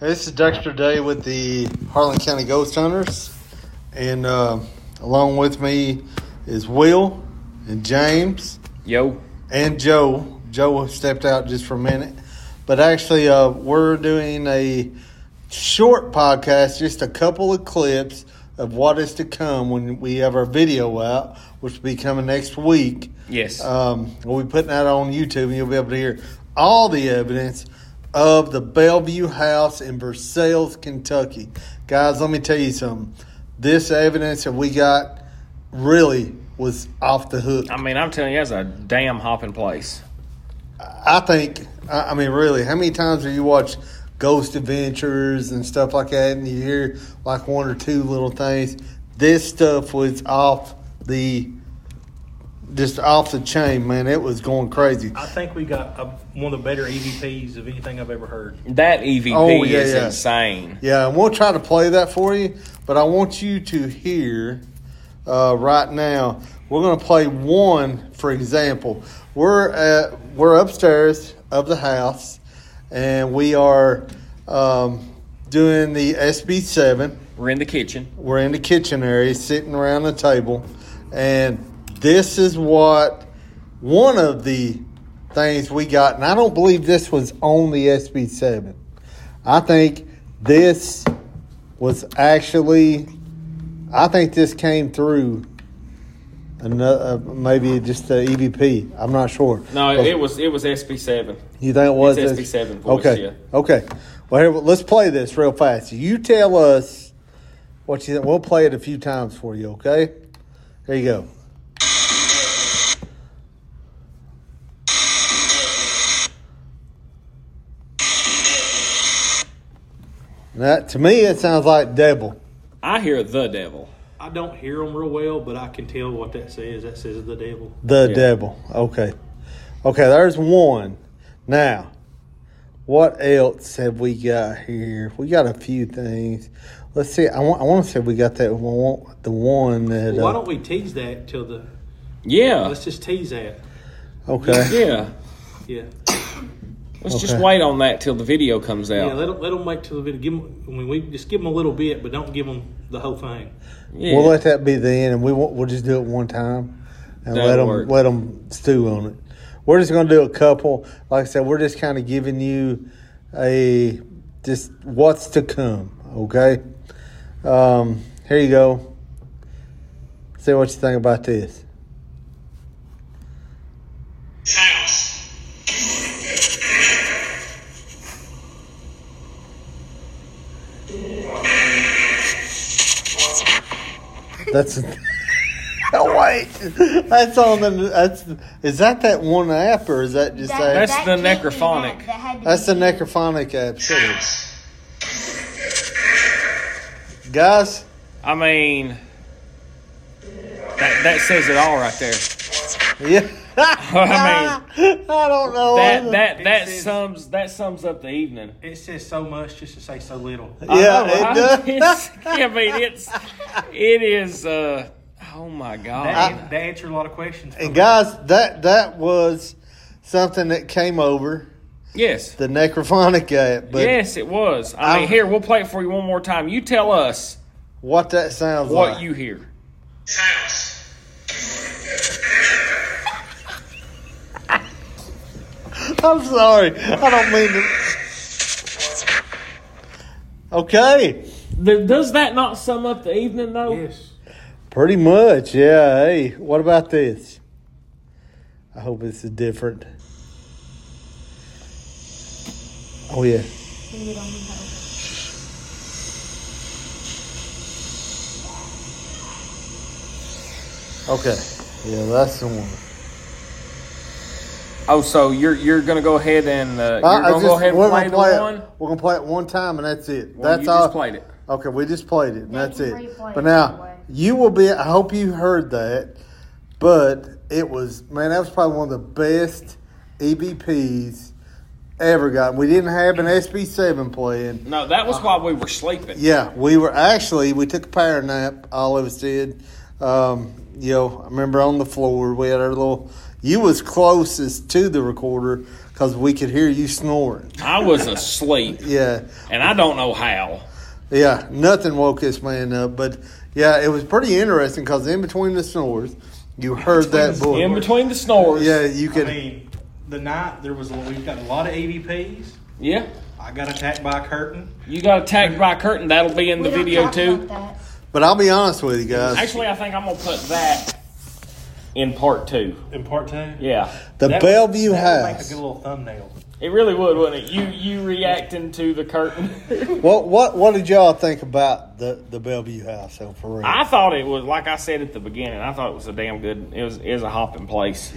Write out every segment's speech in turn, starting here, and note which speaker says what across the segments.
Speaker 1: Hey, this is Dexter Day with the Harlan County Ghost Hunters, and uh, along with me is Will and James
Speaker 2: Yo.
Speaker 1: and Joe. Joe stepped out just for a minute, but actually, uh, we're doing a short podcast, just a couple of clips of what is to come when we have our video out, which will be coming next week.
Speaker 2: Yes.
Speaker 1: Um, we'll be putting that on YouTube, and you'll be able to hear all the evidence of the Bellevue House in Versailles, Kentucky. Guys, let me tell you something. This evidence that we got really was off the hook.
Speaker 2: I mean, I'm telling you, that's a damn hopping place.
Speaker 1: I think, I I mean, really, how many times have you watched Ghost Adventures and stuff like that, and you hear like one or two little things? This stuff was off the, just off the chain, man. It was going crazy.
Speaker 3: I think we got a, one of the better EVPs of anything I've ever heard.
Speaker 2: That EVP
Speaker 1: Oh, yeah,
Speaker 2: is
Speaker 1: yeah.
Speaker 2: insane.
Speaker 1: Yeah, and we'll try to play that for you, but I want you to hear uh, right now. We're going to play one, for example. We're at, we're upstairs of the house, and we are um, doing the SB7.
Speaker 2: We're in the kitchen.
Speaker 1: We're in the kitchen area, sitting around the table, and this is what one of the things we got. And I don't believe this was on the SB7. I think this was actually. I think this came through. Another, maybe just the EVP. I'm not sure.
Speaker 2: No,
Speaker 1: But-
Speaker 2: it, it was it was SB7.
Speaker 1: you think it was
Speaker 2: It's
Speaker 1: this?
Speaker 2: SB7 voice,
Speaker 1: Okay.
Speaker 2: yeah.
Speaker 1: Okay. Well, here, let's play this real fast. You tell us what you think. We'll play it a few times for you. Okay. Here you go. That to me, it sounds like devil.
Speaker 2: I hear the devil.
Speaker 3: I don't hear them real well, but I can tell what that says. That says the devil.
Speaker 1: The
Speaker 2: Yeah.
Speaker 1: devil. Okay. Okay, there's one. Now, what else have we got here? We got a few things. Let's see. I want, I want to say we got that one, the one that.
Speaker 3: Well, why
Speaker 1: uh,
Speaker 3: don't we tease that till the?
Speaker 2: Yeah.
Speaker 3: Let's just tease that.
Speaker 1: uh, okay.
Speaker 2: Yeah.
Speaker 3: Yeah,
Speaker 2: Let's just
Speaker 1: Okay.
Speaker 2: wait on that till the video comes
Speaker 3: yeah.
Speaker 2: out.
Speaker 3: Let them, let them wait till the video. Give 'em- I mean, we just give them a little bit, but don't give them the whole thing.
Speaker 2: Yeah.
Speaker 1: We'll let that be the end, and we won't, we'll just do it one time, and
Speaker 2: That'll
Speaker 1: let them
Speaker 2: work.
Speaker 1: let them stew on it. We're just gonna do a couple. Like I said, we're just kind of giving you a just what's to come. Okay. Um, here you go. See what you think about this.
Speaker 4: house.
Speaker 1: That's oh wait. That's on the that's is that that one app or is that just
Speaker 5: That-
Speaker 1: that,
Speaker 2: That's
Speaker 5: that
Speaker 2: the
Speaker 5: can't be
Speaker 2: necrophonic.
Speaker 5: That. That had to
Speaker 1: that's
Speaker 5: be
Speaker 1: the necrophonic app? Sure.
Speaker 4: House.
Speaker 1: Guys,
Speaker 2: I mean, that, that says it all right there.
Speaker 1: yeah.
Speaker 2: I mean,
Speaker 1: I don't know.
Speaker 2: that that that
Speaker 3: says-
Speaker 2: sums that sums up the evening.
Speaker 3: It says so much just to say so little.
Speaker 1: yeah,
Speaker 2: I know, right?
Speaker 1: it does.
Speaker 2: I mean, it's it is. Uh, oh my god!
Speaker 3: That, that answered a lot of questions. for
Speaker 1: And
Speaker 3: me.
Speaker 1: guys, that that was something that came over
Speaker 2: yes,
Speaker 1: the necrophonic app. But
Speaker 2: yes, it was. I
Speaker 1: I'm-
Speaker 2: mean, here we'll play it for you one more time. You tell us
Speaker 1: what that sounds
Speaker 2: what
Speaker 1: like.
Speaker 2: you hear.
Speaker 4: House.
Speaker 1: I'm sorry. I don't mean to. Okay.
Speaker 2: Th- Does that not sum up the evening though?
Speaker 3: yes,
Speaker 1: Pretty much, yeah. Hey, what about this? I hope this is different. Oh yeah. Okay. Yeah, that's the one.
Speaker 2: Oh, so you're you're gonna go ahead and uh,
Speaker 1: I-
Speaker 2: you're
Speaker 1: I
Speaker 2: gonna go
Speaker 1: just-
Speaker 2: ahead
Speaker 1: we're
Speaker 2: and play
Speaker 1: gonna play
Speaker 2: the
Speaker 1: it-
Speaker 2: one.
Speaker 1: We're gonna play it one time, and that's it.
Speaker 2: Well,
Speaker 1: that's
Speaker 2: you
Speaker 1: all.
Speaker 2: just played it.
Speaker 1: Okay, we just played it, and
Speaker 5: They
Speaker 1: that's
Speaker 5: can
Speaker 1: it.
Speaker 5: replay
Speaker 1: But
Speaker 5: it
Speaker 1: now
Speaker 5: anyway.
Speaker 1: you will be. I hope you heard that. But it was man, that was probably one of the best EBPs ever gotten. We didn't have an SB7 playing.
Speaker 2: No, that was while we were sleeping.
Speaker 1: Yeah, we were actually we took a power nap. All of us did. Um, you know, I remember on the floor we had our little. You was closest to the recorder because we could hear you snoring.
Speaker 2: I was asleep,
Speaker 1: Yeah,
Speaker 2: and I don't know how.
Speaker 1: yeah, nothing woke this man up. But yeah, it was pretty interesting because in between the snores, you heard that
Speaker 5: between the
Speaker 2: In
Speaker 1: book.
Speaker 2: between the snores.
Speaker 1: Yeah, you
Speaker 5: I
Speaker 1: could.
Speaker 5: mean, the night there was a, we've got a lot of AVPs.
Speaker 2: Yeah.
Speaker 5: I got attacked by a curtain.
Speaker 2: You got attacked by a curtain. That'll be in the
Speaker 6: We don't
Speaker 2: video
Speaker 6: talk
Speaker 2: too.
Speaker 6: about that.
Speaker 1: but I'll be honest with you guys.
Speaker 2: Actually, I think I'm gonna put that in part two.
Speaker 5: In part two,
Speaker 2: Yeah.
Speaker 1: the
Speaker 5: That-
Speaker 1: Bellevue
Speaker 5: that would Make a
Speaker 1: House.
Speaker 5: good little thumbnail.
Speaker 2: It really would, wouldn't it? You you reacting to the curtain.
Speaker 1: What what what did y'all think about the the Bellevue House? So for real,
Speaker 2: I thought it was like I said at the beginning. I thought it was a damn good. It was is a hopping place.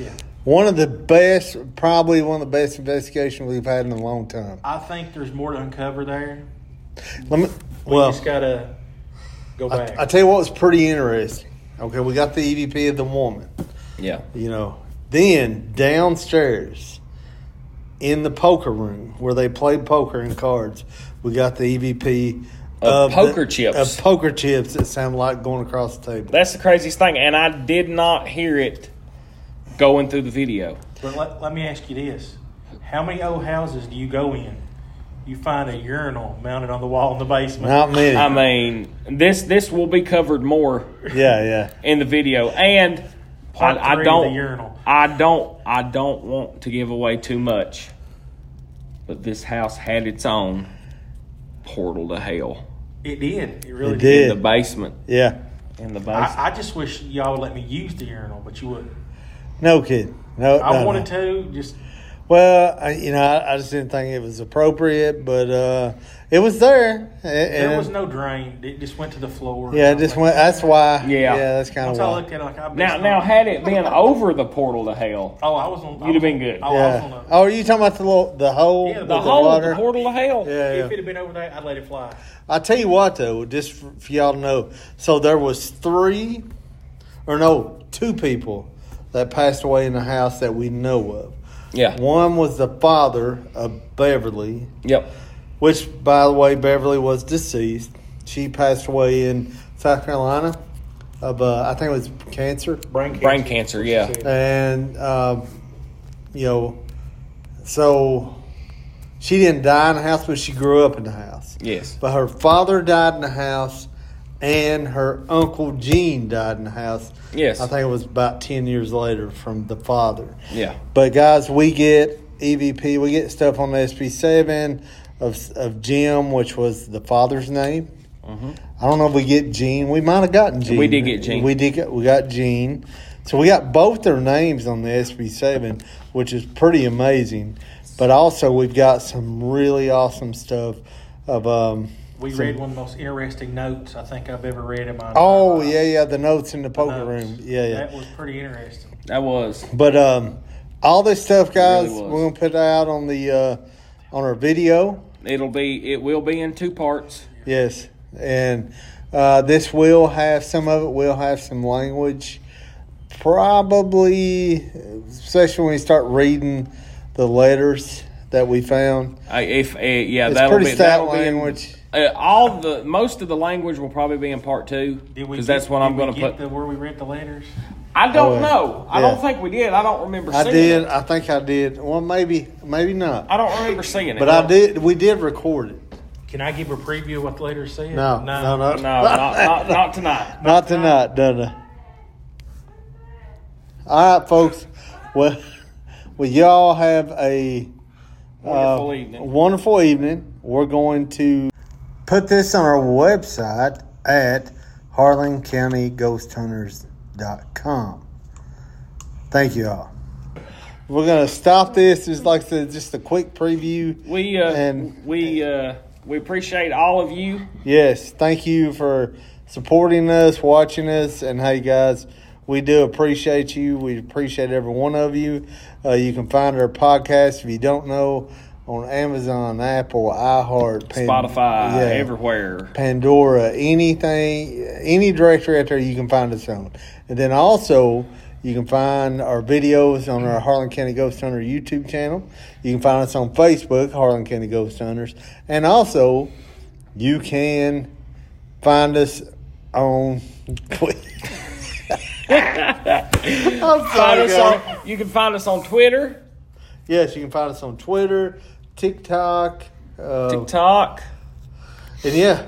Speaker 1: one of the best, probably one of the best investigations we've had in a long time.
Speaker 5: I think there's more to uncover there.
Speaker 1: Let me.
Speaker 5: We
Speaker 1: Well,
Speaker 5: just gotta go back.
Speaker 1: I tell you what was pretty interesting. Okay, we got the EVP of the woman.
Speaker 2: Yeah.
Speaker 1: You know, then downstairs in the poker room where they played poker and cards, we got the EVP
Speaker 2: Of
Speaker 1: the-
Speaker 2: poker chips.
Speaker 1: Of poker chips that sound like going across the table.
Speaker 2: That's the craziest thing, and I did not hear it going through the video.
Speaker 5: but let, let me ask you this: How many old houses do you go in? You find a urinal mounted on the wall in the basement.
Speaker 1: Not many.
Speaker 2: I mean, this this will be covered more
Speaker 1: yeah, yeah.
Speaker 2: in the video, and
Speaker 5: Part
Speaker 2: I, I
Speaker 5: three,
Speaker 2: don't
Speaker 5: the urinal.
Speaker 2: I don't I don't want to give away too much, but this house had its own portal to hell.
Speaker 5: It did. It really
Speaker 1: It
Speaker 5: did.
Speaker 1: did.
Speaker 2: In the basement.
Speaker 1: Yeah.
Speaker 2: In the basement.
Speaker 5: I, I just wish y'all would let me use the urinal, but you wouldn't.
Speaker 1: No kidding. No,
Speaker 5: I
Speaker 1: no,
Speaker 5: wanted
Speaker 1: no.
Speaker 5: to. Just
Speaker 1: Well, I, you know, I, I just didn't think it was appropriate, but uh, it was there. And,
Speaker 5: there
Speaker 1: and-
Speaker 5: was no drain. It just went to the floor.
Speaker 1: yeah, it just went. That's why.
Speaker 2: Yeah.
Speaker 1: yeah, that's kind of
Speaker 5: Once I
Speaker 1: why.
Speaker 5: looked at it, like I
Speaker 2: now now had it been over the portal to hell,
Speaker 5: Oh, I was on. I
Speaker 2: You'd have
Speaker 5: was
Speaker 2: been
Speaker 5: on-
Speaker 2: good.
Speaker 5: Oh, I was on
Speaker 1: Yeah.
Speaker 5: the,
Speaker 1: Oh, are you talking about the little, the hole
Speaker 5: Yeah, the
Speaker 1: with
Speaker 2: the
Speaker 1: the
Speaker 2: hole,
Speaker 1: water?
Speaker 2: the portal to hell.
Speaker 1: yeah,
Speaker 5: If
Speaker 1: yeah.
Speaker 5: it had been over there, I'd let it fly.
Speaker 1: I tell you what though, just for, for y'all to know, so there was three, or no, two people that passed away in the house that we know of.
Speaker 2: Yeah.
Speaker 1: One was the father of Beverly,
Speaker 2: Yep.
Speaker 1: which by the way, Beverly was deceased. She passed away in South Carolina of uh, I think it was cancer.
Speaker 5: Brain cancer.
Speaker 2: Brain cancer, yeah.
Speaker 1: and um, you know, so she didn't die in the house, but she grew up in the house.
Speaker 2: Yes.
Speaker 1: But her father died in the house, and her uncle Gene died in the house.
Speaker 2: Yes.
Speaker 1: I think it was about ten years later from the father.
Speaker 2: Yeah.
Speaker 1: But guys, we get EVP, we get stuff on the SP7 of of Jim, which was the father's name. I don't know if we get Gene. We might have gotten Gene.
Speaker 2: Mm-hmm. We did get Gene.
Speaker 1: We did. Get, we got Gene. So we got both their names on the SB7, which is pretty amazing. But also we've got some really awesome stuff of um.
Speaker 5: We read one of the most interesting notes I think I've ever read in my.
Speaker 1: Oh
Speaker 5: entire
Speaker 1: yeah,
Speaker 5: life.
Speaker 1: yeah. The notes in the
Speaker 5: The
Speaker 1: poker
Speaker 5: notes.
Speaker 1: room. Yeah, yeah.
Speaker 5: That was pretty interesting.
Speaker 2: That was.
Speaker 1: But um, all this stuff, guys,
Speaker 2: was.
Speaker 1: we're gonna put out on the uh, on our video.
Speaker 2: It'll be. It will be in two parts.
Speaker 1: Yes, and uh, this will have some of it. Will have some language, probably, especially when we start reading the letters that we found.
Speaker 2: I, if uh, yeah,
Speaker 1: It's
Speaker 2: that'll
Speaker 1: pretty
Speaker 2: be
Speaker 1: stout
Speaker 2: that'll
Speaker 1: language.
Speaker 2: be in, uh, all the most of the language will probably be in part two
Speaker 5: Did we?
Speaker 2: because that's
Speaker 5: get-
Speaker 2: what
Speaker 5: did
Speaker 2: I'm
Speaker 5: we
Speaker 2: going to
Speaker 5: get
Speaker 2: put.
Speaker 5: The, where we read the letters.
Speaker 2: I don't
Speaker 1: Oh,
Speaker 2: know. I
Speaker 1: yeah.
Speaker 2: don't think we did. I don't remember.
Speaker 1: I
Speaker 2: seeing
Speaker 1: did.
Speaker 2: It.
Speaker 1: I think I did. Well, maybe, maybe not.
Speaker 2: I don't remember seeing it.
Speaker 1: But I did. We did record it.
Speaker 5: Can I give a preview of what the letters said?
Speaker 1: No, no, no,
Speaker 2: No, not, not, not tonight.
Speaker 1: Not tonight, no, no. All right, folks. Well, well, y'all have a
Speaker 2: Wonderful
Speaker 1: uh,
Speaker 2: evening.
Speaker 1: Wonderful evening. We're going to put this on our website at harlancountyghosthunters.com. Thank you all. We're going to stop this. It's like I said, just a quick preview.
Speaker 2: We uh,
Speaker 1: and-
Speaker 2: we uh, we appreciate all of you.
Speaker 1: Yes, thank you for supporting us, watching us, and hey guys, we do appreciate you. We appreciate every one of you. Uh, you can find our podcast if you don't know on Amazon, Apple, iHeart, Pan-
Speaker 2: Spotify
Speaker 1: yeah,
Speaker 2: everywhere.
Speaker 1: Pandora, anything, any directory out there, you can find us on. And then also, you can find our videos on our Harlan County Ghost Hunter YouTube channel. You can find us on Facebook, Harlan County Ghost Hunters. And also, you can find us on. I'm
Speaker 2: Find
Speaker 1: sorry,
Speaker 2: us
Speaker 1: guys.
Speaker 2: on, you can find us on Twitter,
Speaker 1: Yes, you can find us on Twitter, TikTok, uh,
Speaker 2: TikTok.
Speaker 1: and yeah.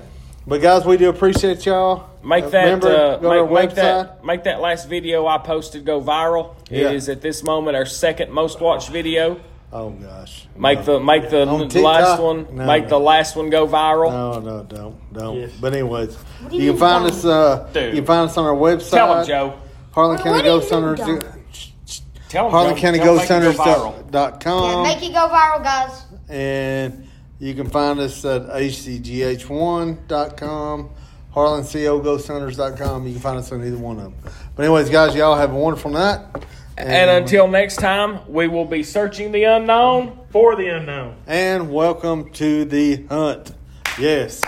Speaker 1: But guys, we do appreciate y'all.
Speaker 2: Make
Speaker 1: Uh,
Speaker 2: that uh,
Speaker 1: go to
Speaker 2: make, make that make that last video I posted go viral.
Speaker 1: Yeah.
Speaker 2: It is at this moment our second most watched video.
Speaker 1: Oh gosh.
Speaker 2: Make
Speaker 1: No.
Speaker 2: the make the
Speaker 1: On
Speaker 2: n-
Speaker 1: TikTok?
Speaker 2: last one
Speaker 1: No,
Speaker 2: make
Speaker 1: no.
Speaker 2: the last one go viral.
Speaker 1: No, no, don't, don't.
Speaker 5: Yes.
Speaker 1: But anyways,
Speaker 6: do
Speaker 1: you,
Speaker 6: you
Speaker 1: can find
Speaker 6: mean
Speaker 1: us. Uh,
Speaker 2: Dude.
Speaker 1: you can find us on our website.
Speaker 2: Tell them, Joe.
Speaker 1: Harlan
Speaker 6: What
Speaker 1: County
Speaker 6: do you
Speaker 1: Ghost
Speaker 6: mean,
Speaker 1: Hunters.
Speaker 6: don't?
Speaker 2: Tell them,
Speaker 1: Harlan
Speaker 2: Joe.
Speaker 1: County
Speaker 2: Tell
Speaker 1: Ghost
Speaker 2: 'em make
Speaker 1: Hunters
Speaker 2: it go
Speaker 1: dot,
Speaker 2: viral.
Speaker 1: dot
Speaker 6: Yeah,
Speaker 1: com,
Speaker 6: make it go viral, guys.
Speaker 1: and you can find us at hcgh1 dot com, harlancoghosthunters dot com. You can find us on either one of them. But anyways, guys, y'all have a wonderful night.
Speaker 2: And until next time, we will be searching the unknown.
Speaker 5: For the unknown.
Speaker 1: and welcome to the hunt. Yes.